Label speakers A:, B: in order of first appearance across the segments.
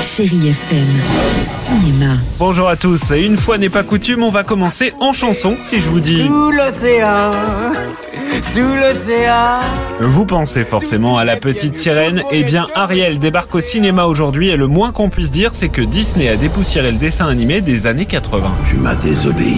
A: Chérie FM, cinéma.
B: Bonjour à tous, et une fois n'est pas coutume, on va commencer en chanson si je vous dis.
C: Sous l'océan, sous l'océan.
B: Vous pensez forcément à la petite sirène Eh bien, Ariel débarque au cinéma aujourd'hui et le moins qu'on puisse dire, c'est que Disney a dépoussiéré le dessin animé des années 80.
D: Tu m'as désobéi.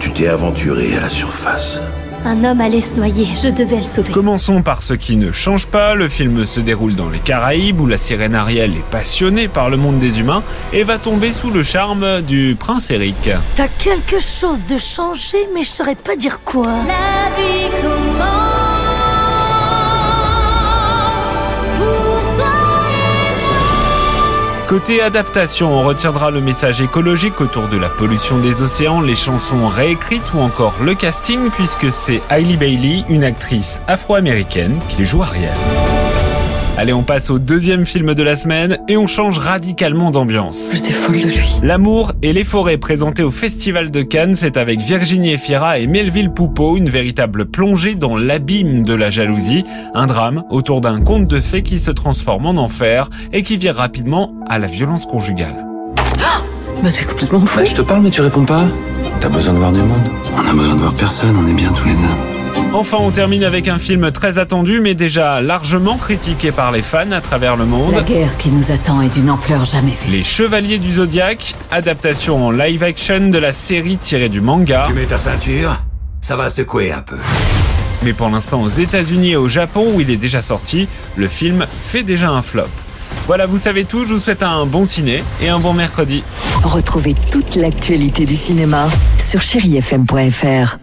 D: Tu t'es aventuré à la surface.
E: Un homme allait se noyer, je devais le sauver.
B: Commençons par ce qui ne change pas. Le film se déroule dans les Caraïbes où la sirène Ariel est passionnée par le monde des humains et va tomber sous le charme du prince Eric.
F: T'as quelque chose de changé, mais je saurais pas dire quoi.
G: La vie commence pour toi et moi.
B: Côté adaptation, on retiendra le message écologique autour de la pollution des océans, les chansons réécrites ou encore le casting puisque c'est Hailey Bailey, une actrice afro-américaine qui joue Ariel. Allez, on passe au deuxième film de la semaine et on change radicalement d'ambiance.
H: J'étais folle de lui.
B: L'amour et les forêts présenté au Festival de Cannes, c'est avec Virginie Efira et Melville Poupeau une véritable plongée dans l'abîme de la jalousie, un drame autour d'un conte de fées qui se transforme en enfer et qui vire rapidement à la violence conjugale.
H: Mais t'es complètement fou.
D: Bah, je te parle, mais tu réponds pas. T'as besoin de voir du monde. On a besoin de voir personne, on est bien tous les deux.
B: Enfin, on termine avec un film très attendu mais déjà largement critiqué par les fans à travers le monde.
A: La guerre qui nous attend est d'une ampleur jamais vue.
B: Les Chevaliers du Zodiaque, adaptation en live action de la série tirée du manga.
D: mets ta ceinture, ça va secouer un peu.
B: Mais pour l'instant aux États-Unis et au Japon où il est déjà sorti, le film fait déjà un flop. Voilà, vous savez tout, je vous souhaite un bon ciné et un bon mercredi.
A: Retrouvez toute l'actualité du cinéma sur chérifm.fr.